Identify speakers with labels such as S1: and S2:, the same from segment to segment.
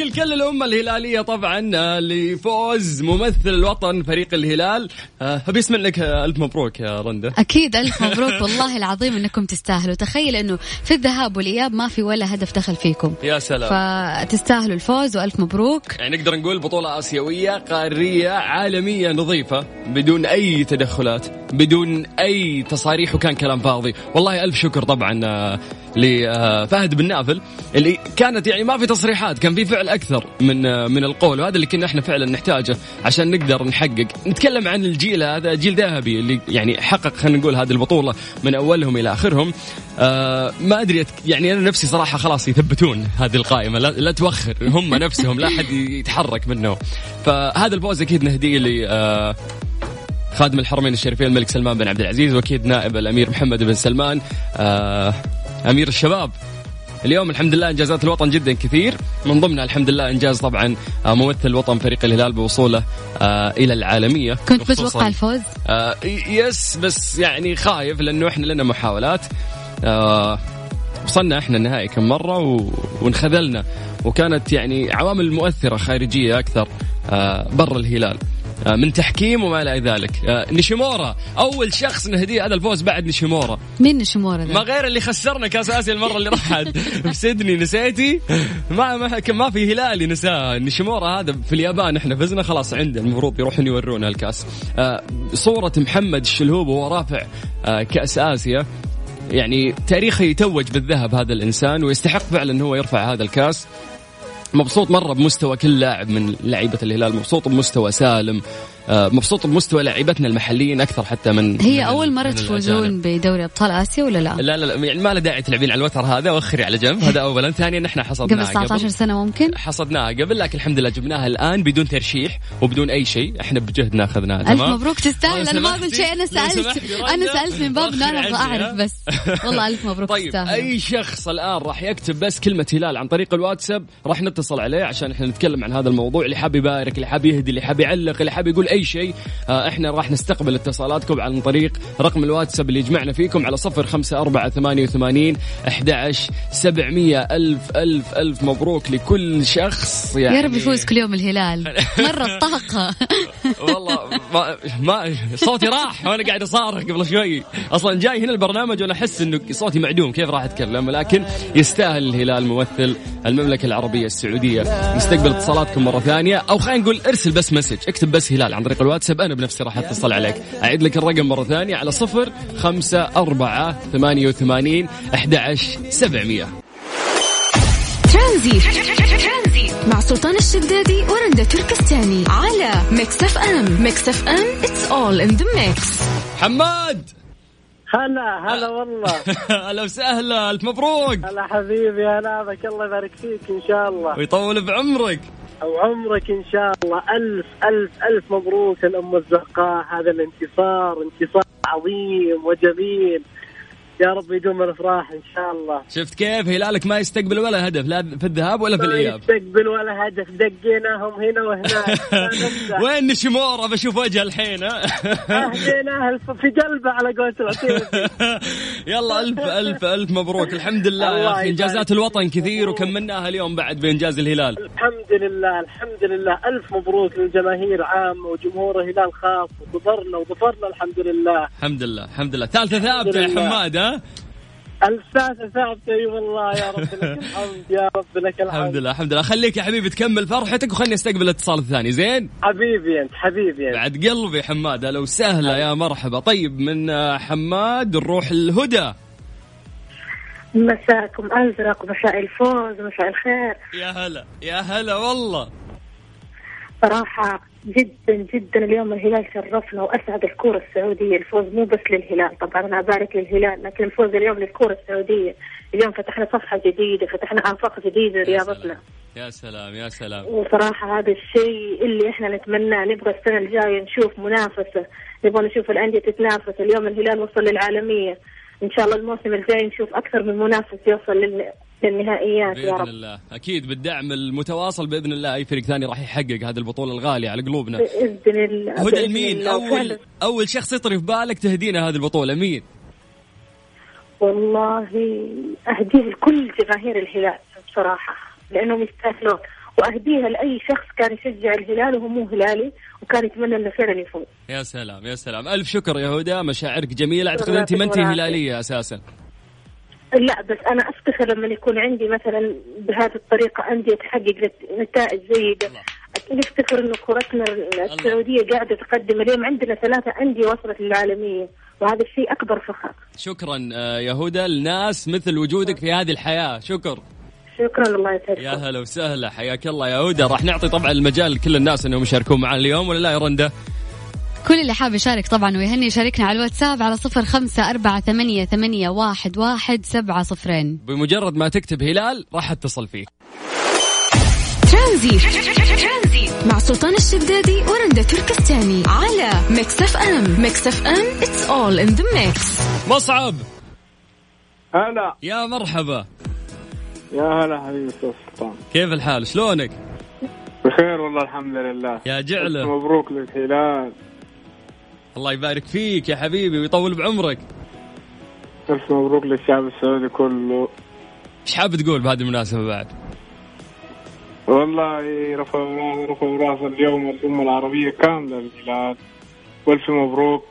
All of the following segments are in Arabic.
S1: الكل الأمة الهلالية طبعا لفوز ممثل الوطن فريق الهلال آه، أبي أسمع لك آه، ألف مبروك يا رندا
S2: اكيد الف مبروك والله العظيم انكم تستاهلوا تخيل انه في الذهاب والاياب ما في ولا هدف دخل فيكم
S1: يا سلام
S2: فتستاهلوا الفوز والف مبروك
S1: يعني نقدر نقول بطولة آسيوية قارية عالمية نظيفة بدون أي تدخلات بدون أي تصاريح وكان كلام فاضي والله ألف شكر طبعا آه، لفهد بن نافل اللي كانت يعني ما في تصريحات كان في فعل أكثر من آه، من القول وهذا اللي كنا احنا فعلا نحتاجه عشان نقدر نحقق نتكلم عن الجيل هذا جيل ذهبي اللي يعني حقق خلينا نقول هذه البطولة من أولهم إلى آخرهم آه، ما أدري أت- يعني أنا نفسي صراحة خلاص يثبتون هذه القائمة لا, لا توخر هم نفسهم لا حد يتحرك منهم فهذا الفوز أكيد نهديه ل آه، خادم الحرمين الشريفين الملك سلمان بن عبد العزيز واكيد نائب الامير محمد بن سلمان آه امير الشباب اليوم الحمد لله انجازات الوطن جدا كثير من ضمنها الحمد لله انجاز طبعا آه، ممثل وطن فريق الهلال بوصوله آه الى العالميه
S2: كنت
S1: وخصوصاً-
S2: بتوقع الفوز
S1: آه يس بس يعني خايف لانه احنا لنا محاولات آه وصلنا احنا النهائي كم مره و... وانخذلنا وكانت يعني عوامل مؤثره خارجيه اكثر آه برا الهلال آه من تحكيم وما الى ذلك آه نشيمورا اول شخص نهديه هذا الفوز بعد نشيمورا
S2: مين شمورة
S1: ما
S2: ذا
S1: غير اللي خسرنا كاس اسيا المره اللي راحت في سيدني نسيتي ما ما كان ما في هلالي نساه نشيمورا هذا في اليابان احنا فزنا خلاص عنده المفروض يروحون يورونا الكاس آه، صوره محمد الشلهوب وهو رافع آه، كاس اسيا يعني تاريخه يتوج بالذهب هذا الانسان ويستحق فعلا ان هو يرفع هذا الكاس مبسوط مره بمستوى كل لاعب من لعيبه الهلال مبسوط بمستوى سالم آه، مبسوط بمستوى لعيبتنا المحليين اكثر حتى من من-
S2: هي اول مرة
S1: من الأجانب.
S2: تفوزون بدوري ابطال اسيا ولا لا؟
S1: لا لا لا يعني ما له داعي تلعبين على الوتر هذا واخري على جنب هذا اولا ثانيا احنا
S2: قبل
S1: حصدناها
S2: 19 سنة ممكن؟
S1: حصدناها قبل لكن الحمد لله جبناها الان بدون ترشيح وبدون اي شيء احنا بجهدنا اخذناها
S2: ألف
S1: تمام؟
S2: مبروك تستاهل
S1: لو
S2: أنا ما
S1: سمحتي-
S2: قلت شيء أنا
S1: لو
S2: سألت
S1: سمحتي رندا،
S2: أنا سألت من باب إنه أنا
S1: أخري
S2: أبغى
S1: عندي،
S2: أعرف
S1: ها؟
S2: بس والله ألف مبروك
S1: طيب
S2: تستاهل
S1: اي شخص الان راح يكتب بس كلمه هلال عن طريق الواتساب راح نتصل عليه عشان احنا نتكلم عن هذا الموضوع اللي حاب يبارك اللي حاب يهدي اللي حاب يعلق اللي حاب يقول اي شيء آه، احنا راح نستقبل اتصالاتكم عن طريق رقم الواتساب اللي يجمعنا فيكم على صفر خمسة أربعة ثمانية وثمانين أحد عشر سبعمية ألف ألف ألف مبروك لكل شخص يعني
S2: يا رب يفوز كل يوم الهلال مرة الطاقة
S1: والله ما, ما صوتي راح وانا قاعد اصارخ قبل شوي اصلا جاي هنا البرنامج وانا احس انه صوتي معدوم كيف راح اتكلم لكن يستاهل الهلال ممثل المملكه العربيه السعوديه نستقبل اتصالاتكم مره ثانيه او خلينا نقول ارسل بس مسج اكتب بس هلال عن طريق الواتساب انا بنفسي راح اتصل عليك اعيد لك الرقم مره ثانيه على صفر خمسة أربعة ثمانية وثمانين أحد عشر سبعمية
S3: ترانزيت مع سلطان الشدادي ورندا تركستاني على ميكس اف ام ميكس اف ام اتس اول ان ذا ميكس
S1: حماد
S4: هلا هلا والله
S1: اهلا وسهلا الف مبروك
S4: هلا حبيبي هلا بك الله يبارك فيك ان شاء الله
S1: ويطول بعمرك
S4: وعمرك ان شاء الله الف الف الف مبروك الام الزرقاء هذا الانتصار انتصار عظيم وجميل يا رب يدوم الافراح ان شاء الله
S1: شفت كيف هلالك ما يستقبل ولا هدف لا في الذهاب ولا في
S4: ما
S1: الاياب
S4: يستقبل ولا هدف دقيناهم هنا وهناك ما نمزح.
S1: وين نشمورة بشوف وجهه الحين ها؟
S4: اهديناه الف- في قلبه على قولة العتيبي
S1: يلا الف الف الف مبروك الحمد لله يا اخي
S4: الله يبارك
S1: انجازات
S4: فيك.
S1: الوطن كثير وكملناها اليوم بعد بانجاز الهلال
S4: الحمد لله الحمد لله الف مبروك للجماهير عامه وجمهور الهلال خاص وظفرنا وظفرنا الحمد لله
S1: الحمد لله الحمد لله ثالثة ثابتة يا
S4: لله.
S1: حماد ها
S4: الساسة ثابتة اي والله يا رب لك الحمد يا رب لك
S1: الحمد
S4: الحمد
S1: لله الحمد لله خليك يا حبيبي تكمل فرحتك وخلني استقبل الاتصال الثاني زين
S4: حبيبي انت حبيبي انت
S1: بعد قلبي حماد لو سهلة يا مرحبا طيب من آه، حماد نروح الهدى
S5: مساكم أزرق مساء الفوز مساء الخير
S1: يا هلا يا هلا والله
S5: صراحة جدا جدا اليوم الهلال شرفنا وأسعد الكرة السعودية الفوز مو بس للهلال طبعا أنا أبارك للهلال لكن الفوز اليوم للكرة السعودية اليوم فتحنا صفحة جديدة فتحنا آفاق جديدة لرياضتنا
S1: يا سلام يا سلام
S5: وصراحة هذا الشيء اللي احنا نتمناه نبغى السنة الجاية نشوف منافسة نبغى نشوف الأندية تتنافس اليوم الهلال وصل للعالمية إن شاء الله الموسم الجاي نشوف أكثر من منافس يوصل لل... للنهائيات يا
S1: باذن
S5: رب
S1: الله اكيد بالدعم المتواصل باذن الله اي فريق ثاني راح يحقق هذه البطوله الغاليه على قلوبنا
S5: باذن الله
S1: هدى
S5: بإذن
S1: لمين
S5: الله.
S1: اول
S5: وفعلاً
S1: اول شخص يطري في بالك تهدينا هذه البطوله مين
S5: والله اهديه لكل جماهير الهلال بصراحه لانهم يستاهلون واهديها لاي شخص كان يشجع الهلال وهو مو هلالي وكان يتمنى انه فعلا يفوز
S1: يا سلام يا سلام الف شكر يا هدى مشاعرك جميله اعتقد
S5: الله
S1: انت ما انت
S5: يعطيك العافية.
S1: هلاليه اساسا
S5: لا بس انا افتخر لما يكون عندي مثلا بهذه الطريقه انديه تحقق نت- نتائج جيده
S1: الله.
S5: نفتخر انه كرتنا السعوديه قاعده تقدم اليوم عندنا ثلاثه انديه وصلت للعالميه وهذا الشيء اكبر فخر
S1: شكرا آه، يا هدى لناس مثل وجودك في هذه الحياه شكر
S5: شكرا الله
S1: يا
S5: يسعدك
S1: هلا وسهلا حياك الله يا هدى راح نعطي طبعا المجال لكل الناس انهم يشاركون معنا اليوم ولا لا يا رنده
S2: كل اللي حاب يشارك طبعا ويهني شاركنا على الواتساب على صفر خمسة أربعة ثمانية, ثمانية واحد, واحد سبعة صفرين
S1: بمجرد ما تكتب هلال راح اتصل فيك
S3: ترانزي مع سلطان الشدادي ورندا تركستاني على ميكس اف ام ميكس اف ام اتس اول ان ذا ميكس
S1: مصعب
S6: هلا
S1: يا مرحبا
S6: يا هلا حبيبي استاذ سلطان
S1: كيف الحال شلونك
S6: بخير والله الحمد لله
S1: يا جعله
S6: مبروك للهلال
S1: الله يبارك فيك يا حبيبي ويطول بعمرك
S6: الف مبروك للشعب السعودي كله
S1: ايش حاب تقول بهذه المناسبه بعد
S6: والله رفعوا راس رفعوا راس اليوم الامه العربيه كامله للهلال والف مبروك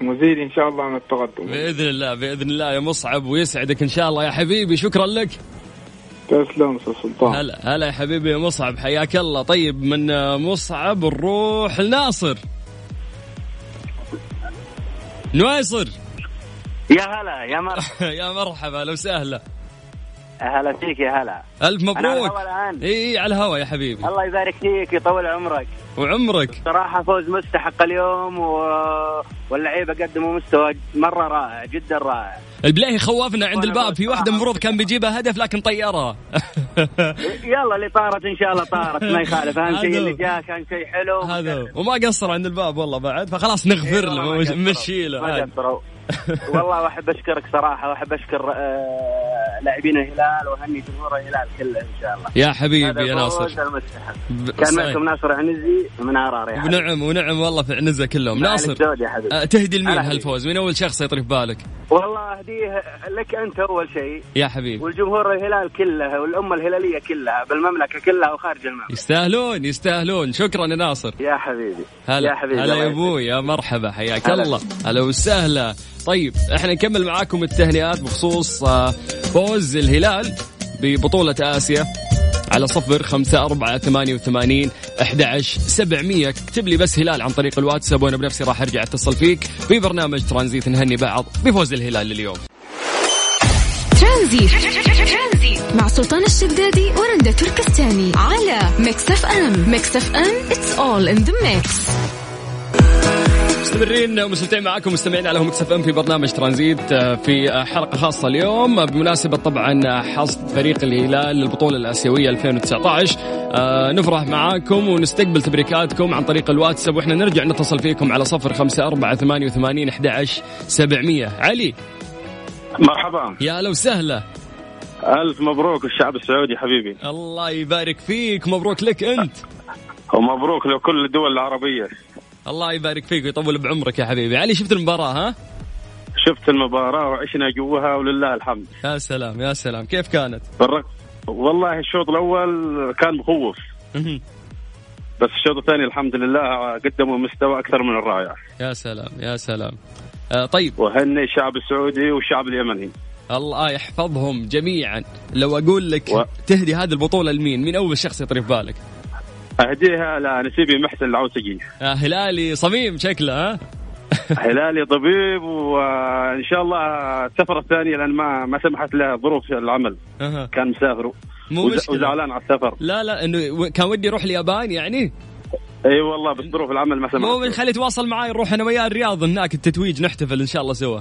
S6: مزيد ان شاء الله من التقدم
S1: باذن الله باذن الله يا مصعب ويسعدك ان شاء الله يا حبيبي شكرا لك
S6: تسلم استاذ سلطان
S1: هلا هلا يا حبيبي يا مصعب حياك الله طيب من آه، مصعب نروح لناصر نواصر
S7: يا هلا يا مر
S1: يا مرحبا اهلا وسهلا
S7: هلا فيك يا هلا
S1: الف
S7: أنا على
S1: مبروك
S7: الهوا الآن.
S1: اي إي، على الهوا يا حبيبي
S7: الله يبارك فيك يطول عمرك
S1: وعمرك
S7: صراحة فوز مستحق اليوم و... واللعيبة قدموا مستوى مرة رائع جدا رائع
S1: البلاهي خوفنا عند الباب في واحده المفروض كان بيجيبها هدف لكن طيرها
S7: يلا اللي طارت إن شاء الله طارت ما يخالف أهم شيء
S1: هذا
S7: اللي
S1: هو.
S7: جاء كان شيء حلو
S1: هذا هو. وما قصر عند الباب والله بعد فخلاص نغفر
S7: إيه،
S1: له نمشي له
S7: ما
S1: عاد.
S7: قصروا والله واحب أشكرك صراحة واحب أشكر آه، لاعبين الهلال وأهني جمهور الهلال كله إن شاء الله
S1: يا حبيبي يا
S7: هذا
S1: ناصر
S7: فوز المستحق
S1: ب-
S7: كان
S1: صحيح.
S7: معكم ناصر عنزي من عرار يا حبيبي
S1: ونعم ونعم والله في عنزه كلهم ناصر
S7: الزود يا حبيبي
S1: آه، تهدي لمين
S7: أنا حبيبي.
S1: هالفوز؟ من اول شخص يطري في بالك؟
S7: والله اهديه لك انت اول شيء
S1: يا حبيبي
S7: والجمهور الهلال كله والامه الهلاليه كلها بالمملكه كلها وخارج المملكه
S1: يستاهلون يستاهلون شكرا يا ناصر
S7: يا حبيبي
S1: هلا
S7: يا حبيبي
S1: هلا
S7: الله
S1: يا
S7: يسعدك.
S1: ابوي يا مرحبا حياك
S7: هلا.
S1: الله هلا وسهلا طيب احنا نكمل معاكم التهنئات بخصوص آه، فوز الهلال ببطولة آسيا على صفر خمسة أربعة ثمانية وثمانين أحد عشر سبعمية اكتب لي بس هلال عن طريق الواتساب وأنا بنفسي راح أرجع أتصل فيك في برنامج ترانزيت نهني بعض بفوز الهلال اليوم
S3: ترانزي مع سلطان الشدادي ورندا تركستاني على ميكس اف ام ميكس اف ام اتس اول ان ذا ميكس
S1: مستمرين ومستمتعين معاكم مستمعين على مكسف ام في برنامج ترانزيت آه، في آه، حلقه خاصه اليوم آه، بمناسبه طبعا آه، حصد فريق الهلال للبطوله الاسيويه 2019 آه، نفرح معاكم ونستقبل تبريكاتكم عن طريق الواتساب واحنا نرجع نتصل فيكم على 05488 11700 علي
S8: مرحبا
S1: يا هلا وسهلا
S8: الف مبروك الشعب السعودي حبيبي
S1: الله يبارك فيك مبروك لك انت
S8: ومبروك لكل الدول العربيه
S1: الله يبارك فيك ويطول بعمرك يا حبيبي علي شفت المباراه ها
S8: شفت المباراه وعشنا جوها ولله الحمد
S1: يا سلام يا سلام كيف كانت
S8: بالرغم والله الشوط الاول كان مخوف بس الشوط الثاني الحمد لله قدموا مستوى اكثر من الرائع
S1: يا سلام يا سلام آه طيب
S8: وهني الشعب السعودي والشعب اليمني
S1: الله يحفظهم جميعا لو اقول لك و...
S8: و-
S1: تهدي هذه البطوله لمين مين اول شخص يطري في بالك
S8: اهديها لنسيبي محسن العوسقي
S1: آه هلالي صميم شكله ها
S8: هلالي طبيب وان شاء الله السفره الثانيه لان ما ما سمحت له ظروف العمل
S1: أها.
S8: كان مسافر
S1: مو
S8: وز-
S1: مشكلة.
S8: وزعلان على السفر
S1: لا لا انه و- كان ودي يروح اليابان يعني
S8: اي أيوة والله بس ظروف العمل ما
S1: مو من
S8: سمحت
S1: خلي يتواصل معاي نروح انا وياه الرياض هناك التتويج نحتفل ان شاء الله سوا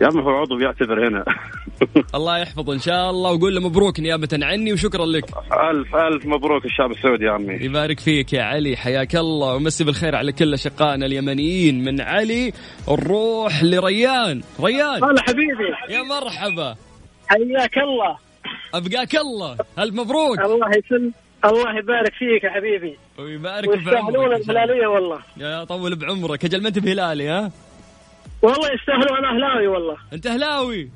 S8: يا عمي هو عضو يعتذر هنا
S1: الله يحفظه ان شاء الله وقول له مبروك نيابه عني وشكرا لك
S8: الف الف مبروك الشعب السعودي يا عمي
S1: يبارك فيك يا علي حياك الله ومسي بالخير على كل اشقائنا اليمنيين من علي نروح لريان ريان
S4: هلا حبيبي
S1: يا مرحبا
S4: حياك الله
S1: ابقاك الله الف مبروك
S4: الله يسلم الله يبارك فيك يا حبيبي
S1: ويبارك في
S4: ويستاهلون
S1: عمرك إن شاء الله.
S4: الهلاليه والله
S1: يا طول بعمرك اجل ما انت بهلالي ها
S4: والله يستاهلون اهلاوي والله
S1: انت اهلاوي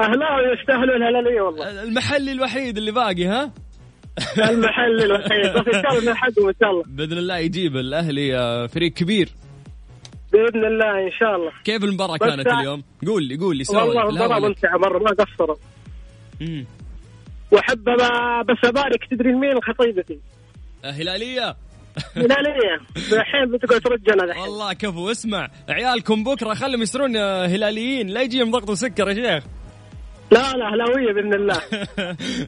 S4: اهلاوي يستاهلون الهلاليه والله
S1: المحلي الوحيد اللي باقي ها
S4: المحل الوحيد بس ان شاء الله نلحقهم ان شاء الله
S1: باذن الله يجيب الاهلي آه، فريق كبير
S4: باذن الله ان شاء الله
S1: كيف المباراه
S4: بس
S1: كانت
S4: آه،
S1: اليوم قول لي قول لي سوي
S4: والله المباراه ممتعه مره ما قصروا واحب ب- بس ابارك تدري مين خطيبتي
S1: هلاليه
S4: هلاليه الحين بتقعد ترجلها الحين
S1: والله كفو اسمع عيالكم بكره خلهم يصيرون آه، هلاليين لا يجيهم ضغط وسكر يا شيخ
S4: لا لا اهلاويه باذن الله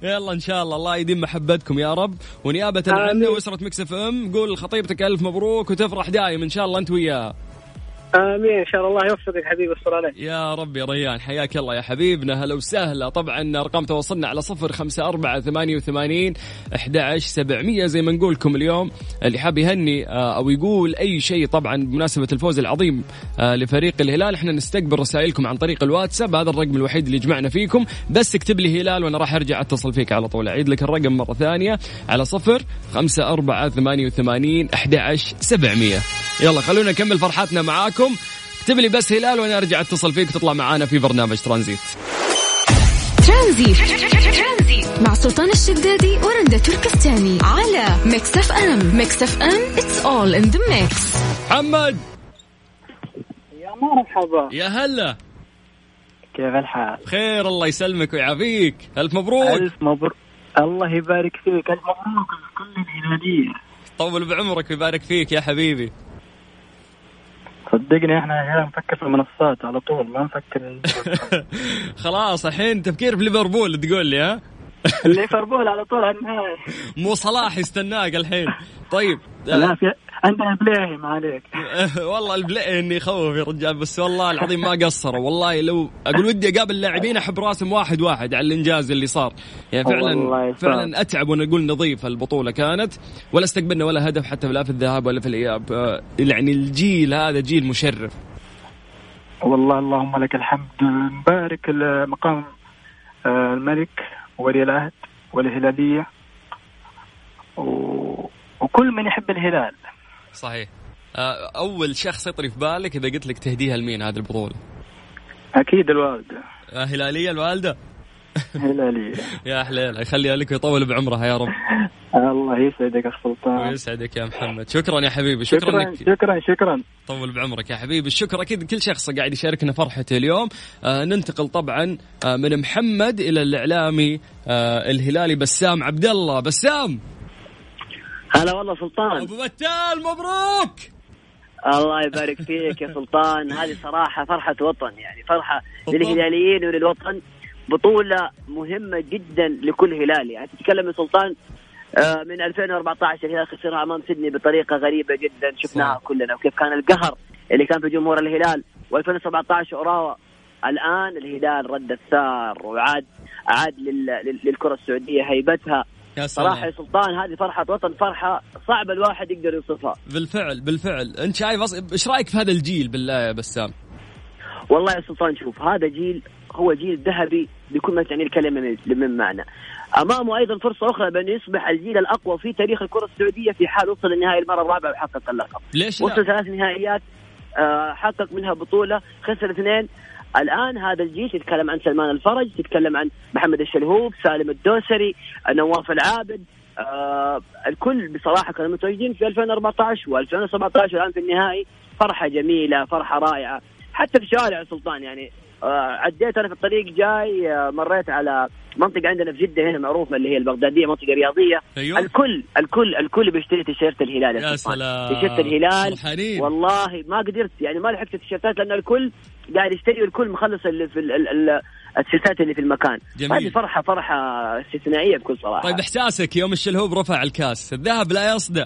S1: يلا ان شاء الله الله يديم محبتكم يا رب ونيابه عنا
S4: آمين.
S1: واسره مكس اف ام قول لخطيبتك الف مبروك وتفرح دايم ان شاء الله انت وياها
S4: امين ان شاء الله يوفقك حبيبي الصلاة عليك
S1: يا رب يا ريان حياك الله يا حبيبنا هلا وسهلا طبعا ارقام تواصلنا على صفر خمسة أربعة ثمانية وثمانين أحد سبعمية زي ما نقولكم اليوم اللي حاب يهني آه، أو يقول أي شيء طبعا بمناسبة الفوز العظيم آه، لفريق الهلال احنا نستقبل رسائلكم عن طريق الواتساب هذا الرقم الوحيد اللي يجمعنا فيكم بس اكتب لي هلال وأنا راح أرجع أتصل فيك على طول أعيد لك الرقم مرة ثانية على صفر خمسة أربعة ثمانية وثمانين أحد سبعمية يلا خلونا نكمل فرحاتنا معاكم اكتب لي بس هلال وانا ارجع اتصل فيك وتطلع معانا في برنامج ترانزيت
S3: ترانزي مع سلطان الشدادي ورندا تركستاني على ميكس اف ام ميكس اف ام اتس اول ان ذا ميكس
S1: محمد
S4: يا مرحبا
S1: يا هلا
S4: كيف الحال؟
S1: خير الله يسلمك ويعافيك الف مبروك
S4: الف مبروك الله يبارك فيك الف مبروك لكل الهلاليه
S1: طول بعمرك ويبارك فيك يا حبيبي
S4: صدقني احنا هنا نفكر في المنصات على طول ما نفكر
S1: خلاص الحين تفكير في ليفربول تقول لي ها
S4: ليفربول على طول على النهايه
S1: مو صلاح يستناك الحين طيب
S4: لا في عندنا بلاهي ما عليك
S1: والله البلاي اني يخوف يا رجال بس والله العظيم ما قصروا والله لو اقول ودي اقابل لاعبين احب راسم واحد واحد على الانجاز اللي صار يعني
S4: والله
S1: فعلا
S4: يسعدك.
S1: فعلا اتعب وانا اقول نظيفه البطوله كانت ولا استقبلنا ولا هدف حتى لا في الذهاب ولا في الاياب آه، يعني الجيل هذا جيل مشرف
S4: والله اللهم لك الحمد نبارك مقام آه، الملك وولي العهد والهلاليه و... وكل من يحب الهلال
S1: صحيح آه، اول شخص يطري في بالك اذا قلت لك تهديها لمين هذه البطوله
S4: اكيد الوالده
S1: آه، هلاليه الوالده
S4: هلاليه
S1: يا حليل يخليها لك ويطول بعمرها يا رب
S4: الله يسعدك اخ سلطان
S1: ويسعدك يا محمد شكرا يا حبيبي شكرا
S4: شكرا
S1: لك
S4: شكرا شكرا
S1: طول بعمرك يا حبيبي الشكر اكيد كل شخص قاعد يشاركنا فرحته اليوم آه ننتقل طبعا آه من محمد الى الاعلامي آه الهلالي بسام عبد الله بسام
S7: هلا والله سلطان
S1: ابو بتال مبروك
S7: الله يبارك فيك يا سلطان هذه صراحة فرحة وطن يعني فرحة
S1: بالضبط.
S7: للهلاليين وللوطن بطولة مهمة جدا لكل هلالي يعني تتكلم يا سلطان آه، من 2014 الهلال خسرها امام سيدني بطريقه غريبه جدا شفناها
S1: صح.
S7: كلنا وكيف كان القهر اللي كان في جمهور الهلال و2017 اوراوا الان الهلال رد الثار وعاد عاد لل- لل- للكره السعوديه هيبتها
S1: يا
S7: صراحه يا
S1: سلام
S7: سلطان هذه فرحه وطن فرحه صعب الواحد يقدر يوصفها
S1: بالفعل بالفعل انت شايف أص- ايش رايك في هذا الجيل بالله يا بسام
S7: والله يا سلطان شوف هذا جيل هو جيل ذهبي بكل ما تعني الكلمه من- من معنى. امامه ايضا فرصه اخرى بانه يصبح الجيل الاقوى في تاريخ الكره السعوديه في حال وصل النهائي المره الرابعه وحقق اللقب.
S1: ليش
S7: وصل
S1: لا
S7: ثلاث نهائيات آه، حقق منها بطوله خسر اثنين الان هذا الجيل تتكلم عن سلمان الفرج تتكلم عن محمد الشلهوب سالم الدوسري نواف العابد آه الكل بصراحه كانوا متواجدين في 2014 و2017 والان في النهائي فرحه جميله فرحه رائعه حتى في شوارع سلطان يعني آه عديت انا في الطريق جاي آه مريت على منطقه عندنا في جده هنا معروفه اللي هي البغداديه منطقه رياضيه
S1: ايوه
S7: الكل الكل الكل بيشتري تيشيرت الهلال
S1: يا
S7: سلطان.
S1: سلام
S7: تيشيرت الهلال
S1: فرحانين
S7: والله ما قدرت يعني ما لحقت التيشيرتات لان الكل قاعد يشتري والكل مخلص اللي في ال- ال- ال- التيشيرتات اللي في المكان
S1: جميل.
S7: هذه فرحه فرحه استثنائيه بكل صراحه
S1: طيب احساسك يوم الشلهوب رفع الكاس الذهب لا يصدع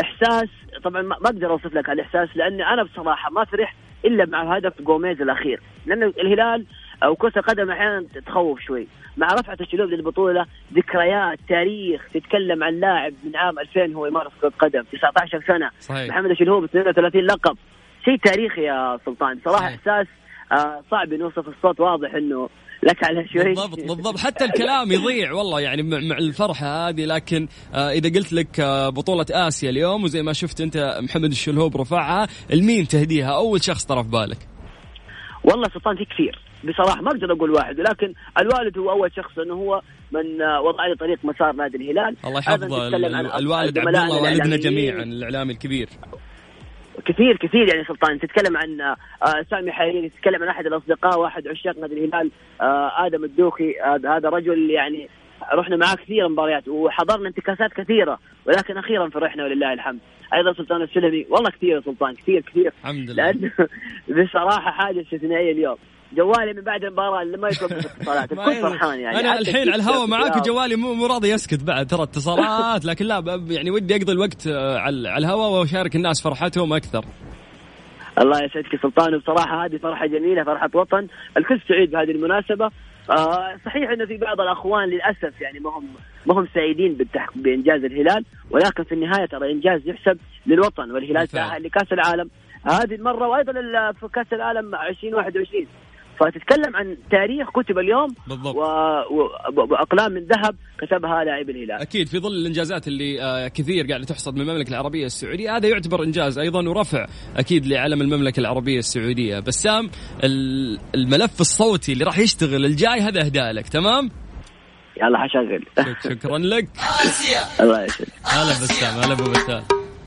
S7: احساس طبعا ما ما اقدر اوصف لك الاحساس لاني انا بصراحه ما فرحت الا مع هدف جوميز الاخير لان الهلال او كره القدم احيانا تخوف شوي مع رفعه الشلوب للبطوله ذكريات تاريخ تتكلم عن لاعب من عام 2000 هو يمارس كره قدم 19 سنه
S1: صحيح.
S7: محمد الشلهوب 32 لقب شيء تاريخي يا سلطان صراحه
S1: صحيح.
S7: احساس آه، صعب نوصف الصوت واضح انه لك على شوي
S1: بالضبط بالضبط حتى الكلام يضيع والله يعني مع, مع الفرحه هذه لكن آه اذا قلت لك آه بطوله اسيا اليوم وزي ما شفت انت محمد الشلهوب رفعها المين تهديها اول شخص طرف بالك
S7: والله سلطان في كثير بصراحه ما اقدر اقول واحد ولكن الوالد هو اول شخص لانه هو من آه، وضع لي طريق مسار نادي الهلال
S1: الله
S7: هذا
S1: يحفظه
S7: نتكلم
S1: ال-
S7: عن
S1: ال- الوالد عبد
S7: زملائنا
S1: الله والدنا
S7: الإعلاميين.
S1: جميعا الاعلامي الكبير
S7: كثير كثير يعني سلطان تتكلم عن آه، آه، سامي حريري تتكلم عن احد الاصدقاء واحد عشاق نادي الهلال آه، ادم الدوخي آه، هذا رجل يعني رحنا معاه كثير مباريات وحضرنا انتكاسات كثيره ولكن اخيرا فرحنا ولله الحمد ايضا سلطان السلمي والله كثير يا سلطان كثير كثير
S1: الحمد لله
S7: لانه بصراحه حاجه استثنائيه اليوم جوالي من بعد المباراه لما يتوقف الاتصالات
S1: ما
S7: الكل
S1: يلا.
S7: فرحان يعني
S1: انا
S7: حتى
S1: الحين على الهواء
S7: الكل-
S1: معاك وجوالي مو مو راضي يسكت بعد ترى اتصالات لكن لا ب- يعني ودي اقضي الوقت آه، على على الهواء واشارك الناس فرحتهم اكثر
S7: الله يسعدك يا سلطان وبصراحه هذه فرحه جميله فرحه وطن الكل سعيد بهذه المناسبه آه صحيح انه في بعض الاخوان للاسف يعني ما هم ما هم سعيدين بالتحق بانجاز الهلال ولكن في النهايه ترى انجاز يحسب للوطن والهلال
S1: بالفعل.
S7: تاهل لكاس العالم هذه المره وايضا ال- في كاس العالم 2021 فتتكلم عن تاريخ كتب اليوم
S1: بالضبط
S7: و... و... واقلام من ذهب كتبها لاعب الهلال
S1: اكيد في ظل الانجازات اللي آه، كثير قاعده تحصد من المملكه العربيه السعوديه هذا يعتبر انجاز ايضا ورفع اكيد لعلم المملكه العربيه السعوديه بسام ال- الملف الصوتي اللي راح يشتغل الجاي هذا اهداء لك تمام
S7: يلا حشغل
S1: شك- شكرا لك
S7: الله يسعدك
S1: هلا بسام هلا ابو بسام